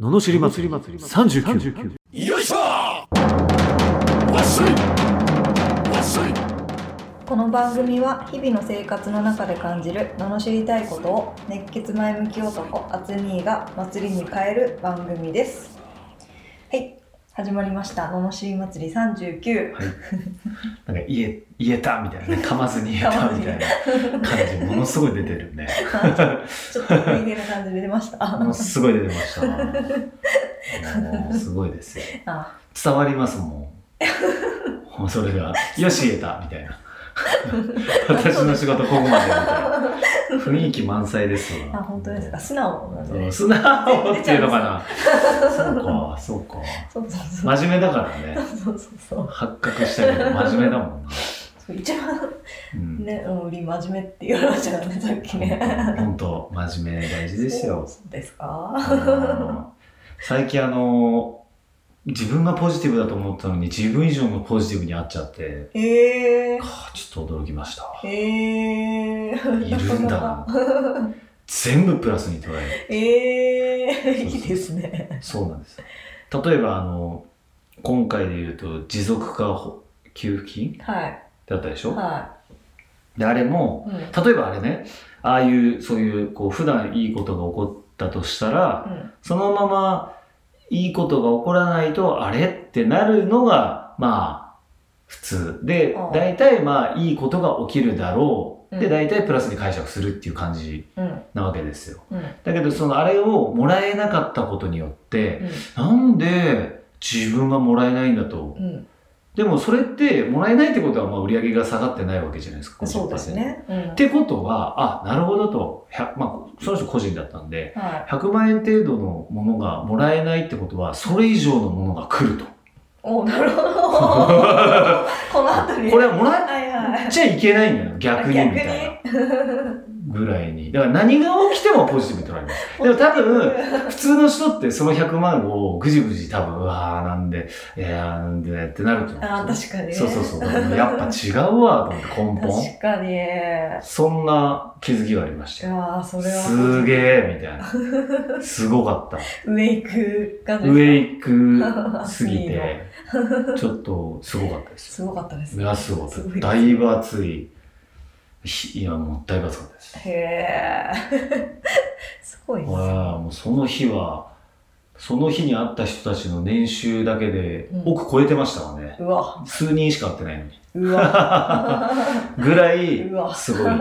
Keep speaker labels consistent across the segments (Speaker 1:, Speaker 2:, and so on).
Speaker 1: ののしり祭り39
Speaker 2: よいしょわっしょいわっしょい
Speaker 3: この番組は日々の生活の中で感じる罵りたいことを熱血前向き男アツニーが祭りに変える番組ですはい始まりました罵り祭り39
Speaker 4: なんか言え、言えたみたいなね。噛まずに言えたみたいな感じ、ものすごい出てるね。
Speaker 3: ちょっと食い気な感じで出ました
Speaker 4: もの
Speaker 3: あ
Speaker 4: すごい出てました。もう、すごいですよ。
Speaker 3: あ
Speaker 4: 伝わりますもん。もうそれが、よし言えたみたいな。私の仕事ここまでみたいな。雰囲気満載ですわ。
Speaker 3: あ本当ですか素直なんで
Speaker 4: う
Speaker 3: ね
Speaker 4: ん素直っていうのかな。そうか、そうか。
Speaker 3: そうそうそう
Speaker 4: 真面目だからね。
Speaker 3: そうそうそう
Speaker 4: 発覚したけど真面目だもんな。
Speaker 3: そう一番
Speaker 4: うん
Speaker 3: ね、うん、り真面目って言われましたよねさっきね
Speaker 4: 本当、真面目大事ですよ。
Speaker 3: そうですか
Speaker 4: あー最近あの自分がポジティブだと思ったのに自分以上のポジティブに会っちゃって
Speaker 3: えー
Speaker 4: あーちょっと驚きました
Speaker 3: えー、
Speaker 4: いるんだ全部プラスに捉え
Speaker 3: ええ
Speaker 4: そう
Speaker 3: いいですね。
Speaker 4: るそうなんです例えばあの今回で言うと持続化ほ給付金
Speaker 3: はい。
Speaker 4: だったでしょ、
Speaker 3: は
Speaker 4: であれも
Speaker 3: い。うん。
Speaker 4: 例えばあれねああいうそういうこう普段いいことが起こったとしたら
Speaker 3: うん
Speaker 4: そのままいいことが起こらないと、あれってなるのが、まあ、普通。で
Speaker 3: うん、
Speaker 4: 大体まあ、いいことが起きるだろう。
Speaker 3: う
Speaker 4: で、
Speaker 3: ん
Speaker 4: 大体プラスに解釈するっていう感じ
Speaker 3: うん。
Speaker 4: なわけですよ。
Speaker 3: うん。
Speaker 4: だけど、そのあれをもらえなかったことによって、
Speaker 3: う
Speaker 4: なんで自分がもらえないんだと。
Speaker 3: ん。うん
Speaker 4: でも、それって、もらえないってことは、まあ、売り上げが下がってないわけじゃないですか。50%
Speaker 3: そうです。ね。うん
Speaker 4: ってことは、あ、なるほどと、100まあ、その人個人だったんで、
Speaker 3: はい。
Speaker 4: 100万円程度のものがもらえないってことは、それ以上のものが来ると。
Speaker 3: おなる ほど。この後に。
Speaker 4: これはもら
Speaker 3: はいはい
Speaker 4: え。ちゃいけないんだよ、逆にみたいな。ぐらいに。だから何が起きてもポジティブに捉えます。でも多分、普通の人ってその100万をぐじぐじ多分、うわーなんで、いやーなんでってなると思う。
Speaker 3: あー確かにね
Speaker 4: そうそうそう。やっぱ違うわ、と思って根本。
Speaker 3: 確かに。い
Speaker 4: そんな気づきがありましたよ。
Speaker 3: やーそれは。
Speaker 4: すげえみたいな。すごかった。
Speaker 3: 上行く感じですか。
Speaker 4: 上行くすぎ て、ちょっとすごかったです。
Speaker 3: すごかったです
Speaker 4: い
Speaker 3: ね。
Speaker 4: や、すごか
Speaker 3: す
Speaker 4: っ
Speaker 3: ごい
Speaker 4: た。だいぶ暑い。ひいや、もうだいぶ暑かったです。
Speaker 3: へえ。 すごいですね。
Speaker 4: わあ、もうその日は、その日に会った人たちの年収だけで
Speaker 3: うん
Speaker 4: 億超えてましたからね。
Speaker 3: うわ。
Speaker 4: 数人しか会ってないのに。
Speaker 3: うわ。
Speaker 4: ぐらいう
Speaker 3: わ、
Speaker 4: すごい。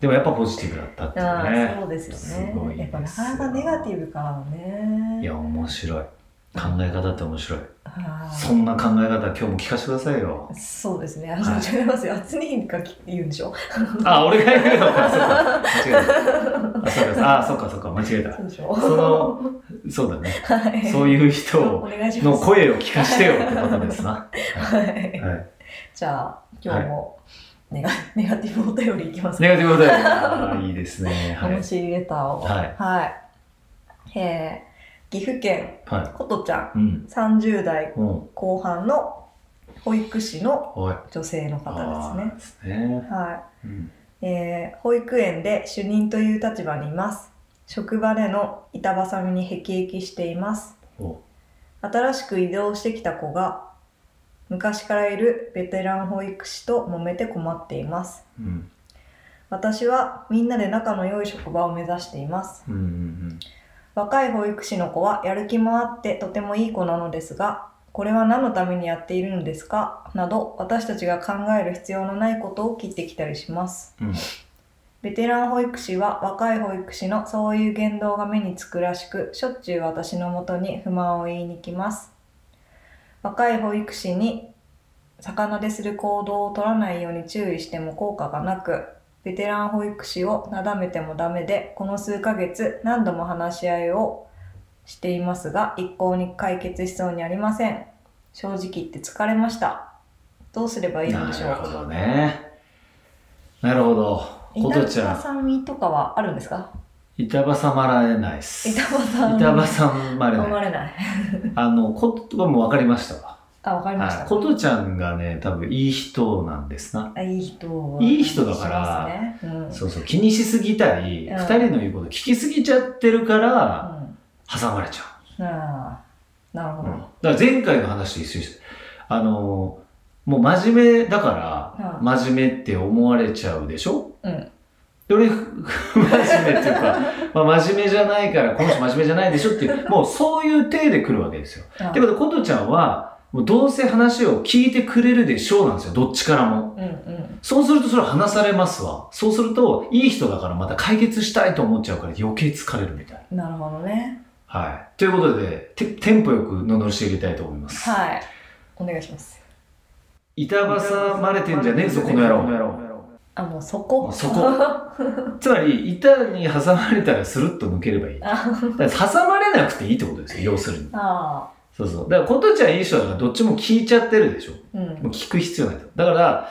Speaker 4: でもやっぱポジティブだったって
Speaker 3: あ
Speaker 4: いう
Speaker 3: ー
Speaker 4: ね。
Speaker 3: そうですよね
Speaker 4: すごいですよ
Speaker 3: やっぱなかなかネガティブからのね
Speaker 4: いや、面白い。考え方って面白い。
Speaker 3: はい
Speaker 4: そんな考え方、今日も聞かせてくださいよ。
Speaker 3: そうですね。
Speaker 4: は
Speaker 3: あ、違いますよ。あつにがき言うんでしょ。
Speaker 4: あ、俺が言うのか。そうか 間違えた。あ、そうか、そうかあ、そうか、そうか、間違えた
Speaker 3: そ。うでしょ。
Speaker 4: その、そうだね。
Speaker 3: はい。
Speaker 4: そういう人
Speaker 3: お
Speaker 4: を
Speaker 3: 願いしま
Speaker 4: の
Speaker 3: す。
Speaker 4: 声を聞かしてよってことですな。
Speaker 3: はい。
Speaker 4: はい、
Speaker 3: じゃあ今日もネガネガティブお便りいきます
Speaker 4: ネ
Speaker 3: か。
Speaker 4: ガティブだよ。あーいいですね。はい
Speaker 3: 楽。しいレターを。
Speaker 4: はい
Speaker 3: はい。えー岐阜県
Speaker 4: は
Speaker 3: ことちゃん
Speaker 4: い。うん。
Speaker 3: 30代
Speaker 4: うん。
Speaker 3: 後半の保育士の
Speaker 4: はい。
Speaker 3: 女性の方ですね。
Speaker 4: ですね。
Speaker 3: はい。
Speaker 4: うん。
Speaker 3: えー保育園で主任という立場にいます職場での板挟みに辟易しています
Speaker 4: お
Speaker 3: 新しく移動してきた子が昔からいるベテラン保育士と揉めて困っています
Speaker 4: うん。
Speaker 3: 私はみんなで仲の良い職場を目指しています
Speaker 4: うん。うん。
Speaker 3: 若い保育士の子はやる気もあってとてもいい子なのですがこれは何のためにやっているのですかなど私たちが考える必要のないことを切ってきたりします、
Speaker 4: うん
Speaker 3: ベテラン保育士は若い保育士のそういう言動が目につくらしくしょっちゅう私のもとに不満を言いに来ます若い保育士に魚でする行動を取らないように注意しても効果がなくベテラン保育士をなだめてもダメでこの数ヶ月何度も話し合いをしていますが一向に解決しそうにありません正直言って疲れましたどうすればいいのでしょ
Speaker 4: な
Speaker 3: う
Speaker 4: るほど
Speaker 3: か
Speaker 4: ね。なるほど。ことちゃ
Speaker 3: 板挟みとかはあるんですか
Speaker 4: ん、板挟まられないっす。
Speaker 3: 板
Speaker 4: 板
Speaker 3: 挟み
Speaker 4: 挟まれ
Speaker 3: 飲
Speaker 4: ない。
Speaker 3: まれない
Speaker 4: あの、ことはもうわかりましたわ。
Speaker 3: あわかりました、
Speaker 4: はい。ことちゃんがね、多分いい人なんですな。
Speaker 3: あいい人はい
Speaker 4: い人だから
Speaker 3: しますねうん
Speaker 4: そうそう、気にしすぎたり、
Speaker 3: うん
Speaker 4: 二人の言うこと聞きすぎちゃってるから、
Speaker 3: うん
Speaker 4: 挟まれちゃ
Speaker 3: ああ、なるほど。
Speaker 4: だから前回の話と一緒です。あのー、もう真面目だから
Speaker 3: は、い
Speaker 4: 真面目って思われちゃうでしょ
Speaker 3: うん。
Speaker 4: で俺、ふ 真面目っていう か、まあ、真面目じゃないから、この人真面目じゃないでしょっていう、もうそういう体で来るわけですよ。
Speaker 3: ああ
Speaker 4: ってことで、ことちゃんは、もうどうせ話を聞いてくれるでしょうなんですよ、どっちからも。
Speaker 3: うんうん。
Speaker 4: そうするとそれは話されますわ。そうすると、いい人だからまた解決したいと思っちゃうから余計疲れるみたいな。
Speaker 3: なるほどね。
Speaker 4: はい。ということで、てテンポよくののし上げたいと思います。
Speaker 3: はい。お願いします。
Speaker 4: 板挟まれてんじゃねえぞ、この野郎。
Speaker 3: あ、もうそこ。
Speaker 4: そこ。つまり、板に挟まれたらスルッと抜ければいい。だ
Speaker 3: あ
Speaker 4: から挟まれなくていいってことですよ、要するに。
Speaker 3: あ
Speaker 4: そうそう。だから、ことちゃんいい人だから、どっちも聞いちゃってるでしょ。
Speaker 3: ー、うん。
Speaker 4: もう聞く必要ないと。だから、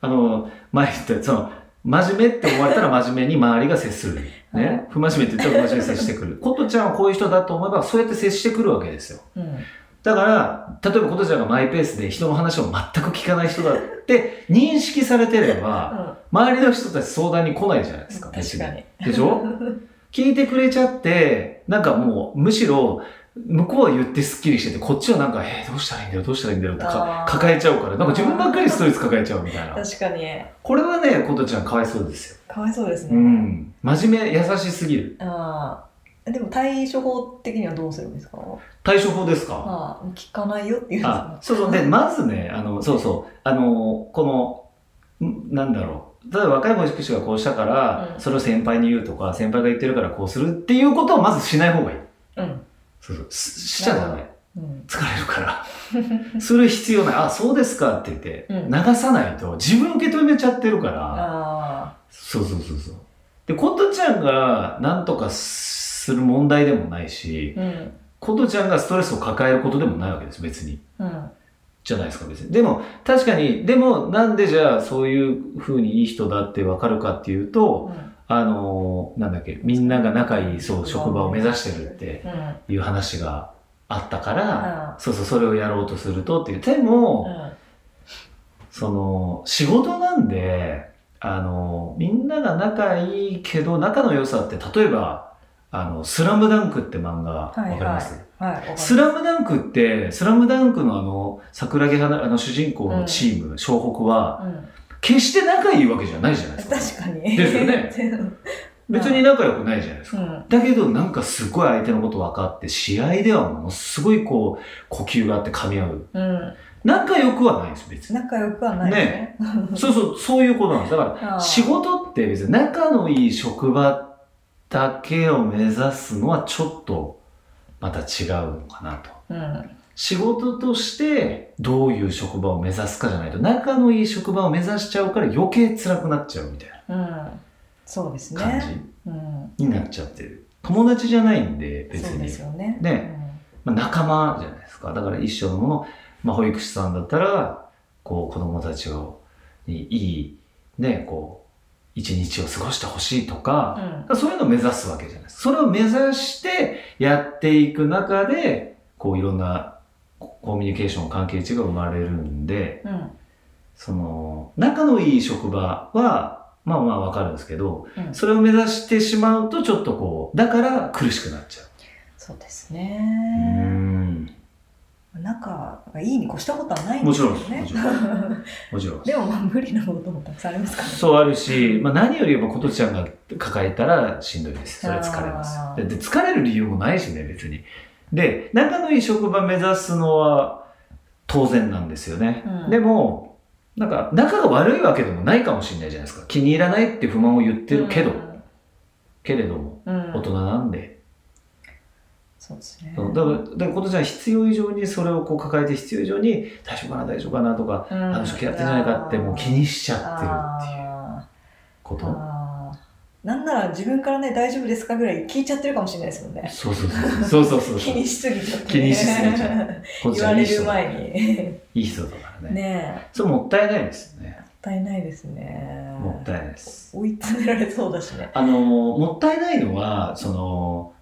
Speaker 4: あの、前言った、その、真面目って思われたら真面目に周りが接する。
Speaker 3: は
Speaker 4: ね。不真面目って言ったら不真面目に接して くる。ことちゃんはこういう人だと思えば、そうやって接してくるわけですよ。
Speaker 3: うん。
Speaker 4: だから、例えばことちゃんがマイペースで人の話を全く聞かない人だって認識されてれ ば、周りの人たち相談に来ないじゃないですか。
Speaker 3: 確かに。
Speaker 4: 別に。でしょ聞いてくれちゃって、なんかもう、むしろ、向こうは言ってスッキリしてて、こっちはなんか、えー、どうしたらいいんだよ、どうしたらいいんだよってか
Speaker 3: あー
Speaker 4: 抱えちゃうから、なんか自分ばっかりストレス抱えちゃうみたいな。
Speaker 3: 確かに。
Speaker 4: これはね、ことちゃんかわいそうですよ。
Speaker 3: かわいそうです
Speaker 4: う
Speaker 3: ね。
Speaker 4: ん。真面目、優しすぎる。
Speaker 3: ああ。でも対処法的にはどうするんですか
Speaker 4: 対処法ですか
Speaker 3: ああ、聞かないよっていうんです
Speaker 4: あ
Speaker 3: か
Speaker 4: そうそう。で、まずね、あの、そうそう。あの、この、んなんだろう。例えば若い保育士がこうしたから、
Speaker 3: うん
Speaker 4: それを先輩に言うとか、先輩が言ってるからこうするっていうことをまずしない方がいい。
Speaker 3: うん。
Speaker 4: そうそう。ししちゃダメ。
Speaker 3: うん。
Speaker 4: 疲れるから。する必要ない。あ、そうですかって言って、
Speaker 3: うん
Speaker 4: 流さないと自分受け止めちゃってるから。
Speaker 3: あ
Speaker 4: そうそうそうそう。で、ことちゃんがなんとかする問題でもないし、
Speaker 3: あ。うん。
Speaker 4: ことちゃんがストレスを抱えることでもないわけです、別に。
Speaker 3: うん。
Speaker 4: じゃないですか別に。でも確かに、でもなんでじゃあそういう風にいい人だってわかるかっていうと、
Speaker 3: うん。
Speaker 4: あのーなんだっけ、みんなが仲いいそう職場を目指してるって
Speaker 3: うん。
Speaker 4: いう話があったか
Speaker 3: う
Speaker 4: ら、
Speaker 3: ん
Speaker 4: そうそう、それをやろうとするとっていう。でも、
Speaker 3: うん
Speaker 4: その仕事なんで、あのーみんなが仲いいけど仲の良さって例えば、あの、スラムダンクって漫画、わかります、
Speaker 3: はい、わかりま
Speaker 4: ス
Speaker 3: す。
Speaker 4: ラムダンクって、スラムダンクのあの、桜木花、あの主人公のチーム、湘、北は、
Speaker 3: うん。
Speaker 4: 決して仲いいわけじゃないじゃないですか。
Speaker 3: 確かに。
Speaker 4: ですよね別に仲良くないじゃないです
Speaker 3: う
Speaker 4: か。
Speaker 3: ん。
Speaker 4: だけどなんかすごい相手のこと分かって、試合ではものすごいこう、呼吸があって噛み合う。
Speaker 3: うん。
Speaker 4: 仲良くはないです、別に。
Speaker 3: 仲良くはないね。
Speaker 4: そうそう、そういうことなんです。だか
Speaker 3: あ
Speaker 4: ら、
Speaker 3: あ
Speaker 4: 仕事って別に仲のいい職場だけを目指すのはちょっと、また違うのかなと。
Speaker 3: うん。
Speaker 4: 仕事としてどういう職場を目指すかじゃないと仲のいい職場を目指しちゃうから余計辛くなっちゃうみたい
Speaker 3: うん。そうです
Speaker 4: な感
Speaker 3: ね。
Speaker 4: じ
Speaker 3: うん。
Speaker 4: になっちゃってる友達じゃないんで別
Speaker 3: そうで
Speaker 4: に、
Speaker 3: すよね。
Speaker 4: ねまあ、仲間じゃないですかだから一生のもの、まあ、保育士さんだったらこう子供たちをにいいねこう一日を過ごしてほしいと
Speaker 3: う
Speaker 4: か、
Speaker 3: ん。
Speaker 4: そういうのを目指すわけじゃないですかそれを目指してやっていく中でこういろんなココミュニケーション関係値が生まれるんで、
Speaker 3: うん。うん。
Speaker 4: その、仲のいい職場は、まあまあわかるんですけど、
Speaker 3: うん
Speaker 4: それを目指してしまうとちょっとこう、だから苦しくなっちゃう。
Speaker 3: そうですね。仲がいいに越したことはないん
Speaker 4: も
Speaker 3: で
Speaker 4: ち
Speaker 3: す
Speaker 4: ろ
Speaker 3: よ
Speaker 4: んですも
Speaker 3: ね
Speaker 4: ち。ろんもちろん。
Speaker 3: でもまあ無理なこともたくさんありますからね。
Speaker 4: そうあるし、まあ、何よりもことちゃんが抱えたらしんどいです。それは疲れ
Speaker 3: あ
Speaker 4: ます。
Speaker 3: ー
Speaker 4: で、疲れる理由もないしね、別に。で、仲のいい職場目指すのは当然なんですよね。
Speaker 3: うん
Speaker 4: でも、なんか、仲が悪いわけでもないかもしれないじゃないですか。気に入らないって不満を言ってるけど、けれども。
Speaker 3: うん。う
Speaker 4: 大
Speaker 3: ん。
Speaker 4: 人なんで、
Speaker 3: そうですね。
Speaker 4: そうだからだからことちゃん必要以上にそれをこう抱えて必要以上に大丈夫かな大丈夫かなとか、
Speaker 3: うん
Speaker 4: あの人やってんじゃないかってもう気にしちゃってるっていう
Speaker 3: あー
Speaker 4: こと
Speaker 3: ああなんなら自分からね大丈夫ですかぐらい聞いちゃってるかもしれないですもんね
Speaker 4: そうそうそうそうそうそう
Speaker 3: 気
Speaker 4: そう
Speaker 3: にしすぎちゃって、ね、
Speaker 4: 気にしすぎちゃこと
Speaker 3: 言
Speaker 4: ちゃ
Speaker 3: わ
Speaker 4: んい
Speaker 3: れ
Speaker 4: い人
Speaker 3: る
Speaker 4: だ
Speaker 3: 前に
Speaker 4: いい人だから ね
Speaker 3: ねえ
Speaker 4: それもったいないですよね
Speaker 3: もったいないですね
Speaker 4: もったいないです
Speaker 3: 追い詰められそうだしね
Speaker 4: あのもったいないのはその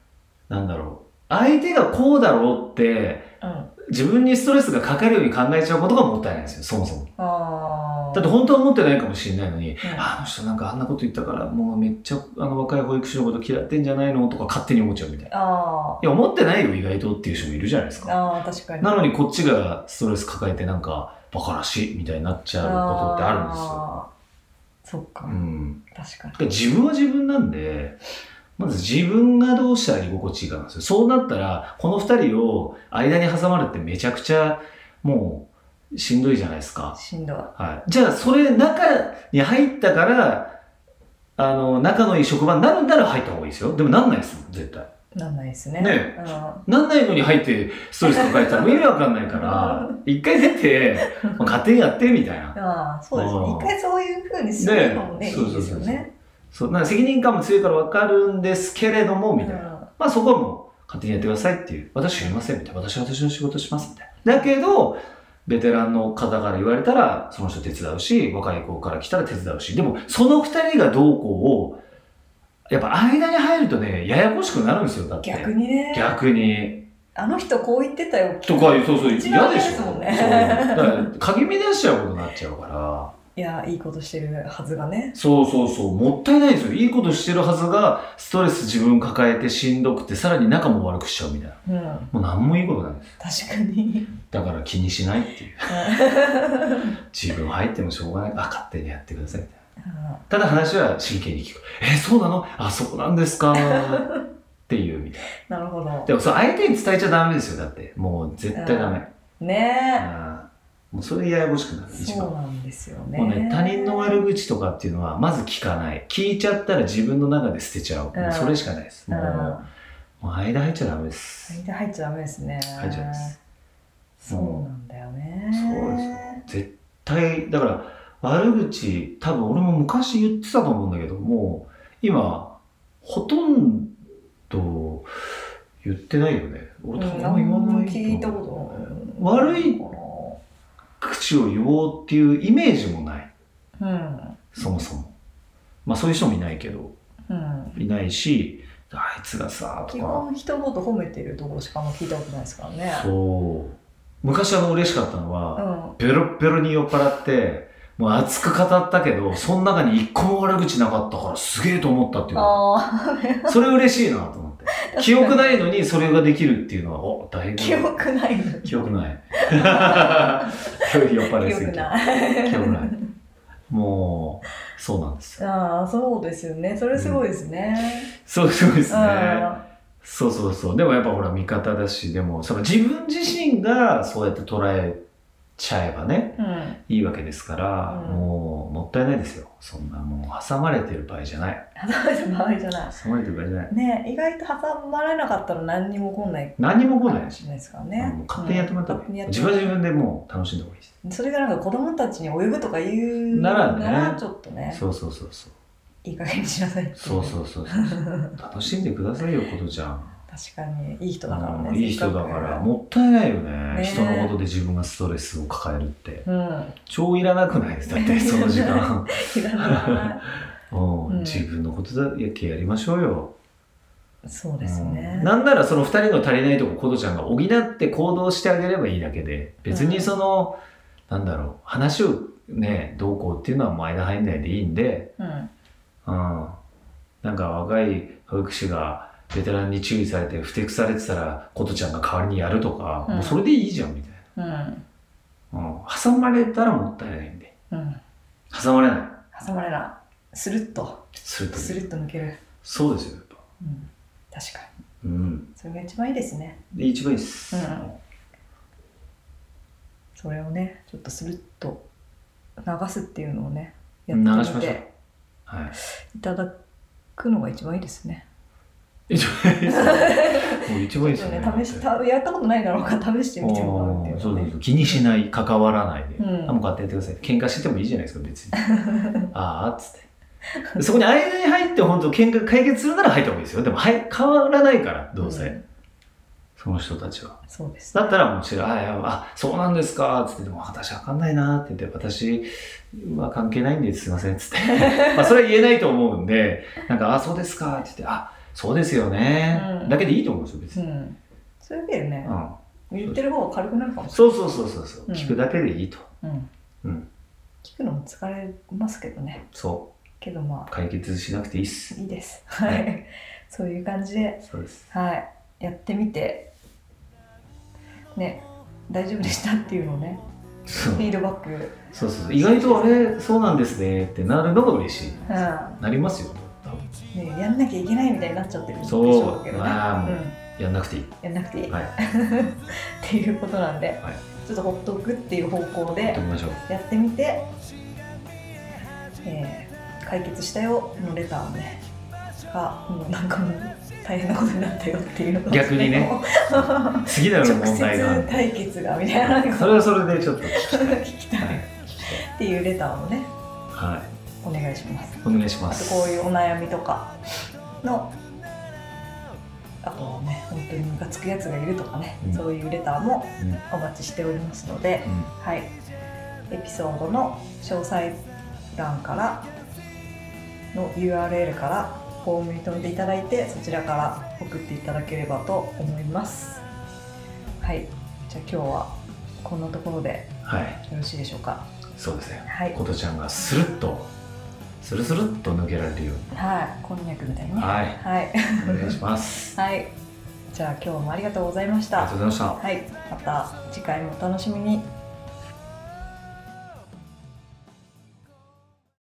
Speaker 4: なんだろう相手がこうだろうって
Speaker 3: うん
Speaker 4: 自分にストレスがかかるように考えちゃうことがもったいないんですよ、そもそも。
Speaker 3: ああ。
Speaker 4: だって本当は思ってないかもしれないのに、
Speaker 3: うん
Speaker 4: ああの人なんかあんなこと言ったから、もうめっちゃあの若い保育士のこと嫌ってんじゃないのとか勝手に思っちゃうみたいな。い
Speaker 3: あ
Speaker 4: や、思ってないよ、意外とっていう人もいるじゃないです
Speaker 3: あ。
Speaker 4: か。
Speaker 3: ああ、確かに。
Speaker 4: なのにこっちがストレス抱えてなんか、バカらしいみたいになっちゃうことってあるんですよ。
Speaker 3: あーそっか、
Speaker 4: うん。
Speaker 3: 確かに
Speaker 4: だ。から自分は自分なんで、まず自分がどうしたら居心地いいかなんですよ。そうなったら、この二人を間に挟まるってめちゃくちゃ、もう、しんどいじゃないですか。
Speaker 3: しんどい。あ
Speaker 4: はい、じゃあそれ中に入ったからあの仲のいい職場になるなら入った方がいいですよでもなんないですもん絶対
Speaker 3: なんないですね。
Speaker 4: ね
Speaker 3: うん、
Speaker 4: なんないのに入ってストレス抱えてたらもう意味わかんないから一回出て、まあ、勝手にやってみたいな
Speaker 3: ああ、そうです
Speaker 4: あ
Speaker 3: ね。
Speaker 4: ー
Speaker 3: 一回そういう風にするのもね、
Speaker 4: ね
Speaker 3: いいですよね。
Speaker 4: そうなんか責任感も強いからわかるんですけれどもみたいな、
Speaker 3: うん
Speaker 4: まあそこはもう勝手にやってくださいっていう私やりませんみたいな私は私の仕事しますみたいなだけどベテランの方から言われたらその人手伝うし若い子から来たら手伝うしでもその二人がどうこうをやっぱ間に入るとねややこしくなるんですよだって
Speaker 3: 逆にね。
Speaker 4: 逆に
Speaker 3: あの人こう言ってたよ。
Speaker 4: とかそうそう
Speaker 3: 一番
Speaker 4: 嫌で
Speaker 3: 嫌で
Speaker 4: し
Speaker 3: す
Speaker 4: ょ
Speaker 3: もんね
Speaker 4: そうだから鍵乱しちゃうことになっちゃうから
Speaker 3: いや、いいことしてるはずがね。
Speaker 4: そうそうそう。もったいないですよ。いいことしてるはずが、ストレス自分抱えてしんどくて、さらに仲も悪くしちゃうみたいな。
Speaker 3: う
Speaker 4: もう
Speaker 3: ん、
Speaker 4: 何もいいことないです。
Speaker 3: 確かに。
Speaker 4: だから気にしないって いう。自分入ってもしょうがない。あ、勝手にやってくださいみたいな。
Speaker 3: うん
Speaker 4: ただ話は真剣に聞く。え、そうなのあ、そうなんですか。っていうみたい
Speaker 3: なるほ
Speaker 4: な。
Speaker 3: ど。
Speaker 4: でもそう、相手に伝えちゃダメですよ。だって。もう絶対ダメ。
Speaker 3: ね
Speaker 4: あーもうそれややこしくなる。
Speaker 3: え。
Speaker 4: 一
Speaker 3: そ
Speaker 4: 番
Speaker 3: う。なんですよね。
Speaker 4: もうね、他人の悪口とかっていうのは、まず聞かない。聞いちゃったら自分の中で捨てちゃう。
Speaker 3: うん
Speaker 4: もうそれしかないです。
Speaker 3: う
Speaker 4: もう、
Speaker 3: ん。
Speaker 4: もう間入っちゃダメです。
Speaker 3: 間入っちゃダメですね。
Speaker 4: 入っちゃダメです。
Speaker 3: そうなんだよね。
Speaker 4: そうですね絶対、だから、悪口、多分俺も昔言ってたと思うんだけども、今、ほとんど言ってないよね。俺多分あんま言わないと思う
Speaker 3: 聞いたこと
Speaker 4: 悪い口を言おうっていうイメージもない。
Speaker 3: うん
Speaker 4: そもそも。まあそういう人もいないけど。
Speaker 3: うん
Speaker 4: いないし、あいつがさ、と
Speaker 3: 基
Speaker 4: か。
Speaker 3: 本一言褒めてるところしかあんま聞いたことないですからね
Speaker 4: そう。昔あの嬉しかったの
Speaker 3: う
Speaker 4: は、
Speaker 3: ん
Speaker 4: ベロッベロに酔っ払って、もう熱く語ったけど、その中に一個も悪口なかったからすげえと思ったっていうの
Speaker 3: あ
Speaker 4: それ嬉しいなと思って。
Speaker 3: あ
Speaker 4: 記憶ないのにそれができるっていうのは、お、だいぶ。
Speaker 3: 記憶ないの
Speaker 4: 記憶 ない。酔っ払い
Speaker 3: 記
Speaker 4: す
Speaker 3: 憶
Speaker 4: ぎて。
Speaker 3: ない
Speaker 4: 記憶ない。もう、そうなんですよ。
Speaker 3: ああそうですよねそれすごいですね
Speaker 4: そうそうです
Speaker 3: う
Speaker 4: ね。
Speaker 3: ん
Speaker 4: そうそうそう。でもやっぱほら味方だし、でもその自分自身がそうやって捉えちゃえばね、
Speaker 3: うん
Speaker 4: いいわけですから、
Speaker 3: うん
Speaker 4: もうもったいないですよ。そんなもう挟まれてる場合じゃない。
Speaker 3: 挟まれた場合じゃない
Speaker 4: 挟まれてる場合じゃない。
Speaker 3: ね意外と挟まれなかったら何にも起こんない
Speaker 4: 何にも起こ
Speaker 3: から
Speaker 4: ない
Speaker 3: も
Speaker 4: し。
Speaker 3: しれないですから
Speaker 4: うん
Speaker 3: ね
Speaker 4: もう勝手にやってもらった方
Speaker 3: うん
Speaker 4: がい
Speaker 3: 勝手に
Speaker 4: い。
Speaker 3: やって
Speaker 4: 自
Speaker 3: も
Speaker 4: 分
Speaker 3: ら
Speaker 4: は
Speaker 3: っ
Speaker 4: 自分でもう楽しんだ方がいいです。
Speaker 3: それがなんか子供たちに泳ぐとか言う
Speaker 4: ならね
Speaker 3: ちょっとね
Speaker 4: そうそうそうそう。
Speaker 3: いい加減にしなさいってい
Speaker 4: そうそうそうそう。楽しんでくださいよ、ことじゃん。
Speaker 3: 確かにいい人だから
Speaker 4: うん
Speaker 3: ね
Speaker 4: いい人だから。
Speaker 3: う
Speaker 4: もったいないよ
Speaker 3: ね
Speaker 4: ね。人のことで自分がストレスを抱えるって。
Speaker 3: うん
Speaker 4: 超いらなくないです。だって その時間。
Speaker 3: いらな
Speaker 4: もう
Speaker 3: うん
Speaker 4: 自分のことだけやりましょうよ。
Speaker 3: いそうですね
Speaker 4: うんなんならその2人の足りないとこ、コトちゃんが補って行動してあげればいいだけで、別にその、なんだろう、話をね、どうこうっていうのはもう間入んないでいいんで、
Speaker 3: うん
Speaker 4: うん。なんか若い保育士がベテランに注意されて、不適されてたら、コトちゃんが代わりにやるとか、
Speaker 3: うん
Speaker 4: もうそれでいいじゃん、みたい
Speaker 3: うん
Speaker 4: な。うん。挟まれたらもったいないんで。
Speaker 3: うん
Speaker 4: 挟まれない。
Speaker 3: 挟まれないスルッと
Speaker 4: すると。
Speaker 3: スルッと抜ける
Speaker 4: そうですよ、やっぱ。
Speaker 3: うん確かに
Speaker 4: うん。
Speaker 3: それが一番いいですね
Speaker 4: で、一番いいっす。
Speaker 3: うんそれをねちょっとスルッと流すっていうのをねや
Speaker 4: 流しまし
Speaker 3: っ
Speaker 4: ょう
Speaker 3: てみて
Speaker 4: はい。
Speaker 3: いただくのが一番いいですね
Speaker 4: 一番いいっすね。もう一番いいっ
Speaker 3: ち
Speaker 4: す
Speaker 3: ょ
Speaker 4: よ
Speaker 3: っと
Speaker 4: ね。
Speaker 3: ね試したやったことないだろうから試してみてもらうってい
Speaker 4: そううそ
Speaker 3: のは
Speaker 4: う
Speaker 3: ね
Speaker 4: そう気にしない、関わらないで、
Speaker 3: うん
Speaker 4: あもう勝手にやってください。喧嘩してもいいじゃないですか、別に。 ああ、っつって。でそこに間に入って、本当喧嘩解決するなら入った方がいいですよ。でも、はい、変わらないから、どうせ、
Speaker 3: ん
Speaker 4: その人たちは。
Speaker 3: そうです
Speaker 4: だったら、もちろん、ああいや、あそうなんですか、つって、でも、私わかんないな、って言って、私は関係ないんです、すいません、 つって。まあ、それは言えないと思うんで、なんか、あそうですか、って言って、あそうですよね、
Speaker 3: うん
Speaker 4: だけでいいと思うんですよ、別に。
Speaker 3: うんそれでね
Speaker 4: うん
Speaker 3: 言ってる方が軽くなるかもし
Speaker 4: そうそうそうそうそう、
Speaker 3: うん
Speaker 4: 聞くだけでいいと
Speaker 3: れない、うん
Speaker 4: うん
Speaker 3: 聞くのも疲れますけどね
Speaker 4: そ
Speaker 3: けどま
Speaker 4: う解決しなくていいっす
Speaker 3: あいいですはい
Speaker 4: は
Speaker 3: はいそういう感じで、
Speaker 4: そうです
Speaker 3: はい、やってみてね大丈夫でしたっていうのをね
Speaker 4: そう
Speaker 3: フィードバック、
Speaker 4: そうそう意外とあれそうなんですねってなるのが嬉しい
Speaker 3: うん
Speaker 4: なりますよ多分
Speaker 3: ね、やんなきゃいけないみたいになっちゃってるんでし
Speaker 4: そう
Speaker 3: ょうけどね、
Speaker 4: まあもう
Speaker 3: うん
Speaker 4: やんなくていい
Speaker 3: やんなくていい、
Speaker 4: はい
Speaker 3: っていうことなんで、
Speaker 4: い
Speaker 3: ちょっとほっとくっていう方向
Speaker 4: やっ
Speaker 3: で
Speaker 4: てみましょう
Speaker 3: やってみて、えー解決したよのレターをねがもうなんかもう大変なことになったよっていうのを
Speaker 4: 逆に ね
Speaker 3: 直
Speaker 4: 次なる問題があ
Speaker 3: 接
Speaker 4: る
Speaker 3: 対決がみたいななん
Speaker 4: そ
Speaker 3: か
Speaker 4: れはそれでちょっと聞きたい、
Speaker 3: 聞きたいっていうレターをね
Speaker 4: はいはい、
Speaker 3: お願いします
Speaker 4: お願いし
Speaker 3: あ
Speaker 4: ま
Speaker 3: と
Speaker 4: す
Speaker 3: こういうお悩みとかのあとはね本当にムカつくやつがいるとかね、
Speaker 4: うん
Speaker 3: そういうレターも
Speaker 4: うん
Speaker 3: お待ちしておりますので、
Speaker 4: うん
Speaker 3: はいエピソードの詳細欄からの URL からフォームに飛んでいただいてそちらから送っていただければと思いますはいじゃあ今日はこんなところで
Speaker 4: はい
Speaker 3: よろしいでしょうか
Speaker 4: そうですね
Speaker 3: はい
Speaker 4: 琴ちゃんがスルッとスルスルっと抜けられるよう
Speaker 3: はいこんにゃくみたいに
Speaker 4: に
Speaker 3: ね
Speaker 4: はい
Speaker 3: はい
Speaker 4: お願いします
Speaker 3: はい。じゃあ今日もありがとうございまし
Speaker 4: ありが
Speaker 3: た
Speaker 4: とう。ございました
Speaker 3: はい。また次回もお楽しみに。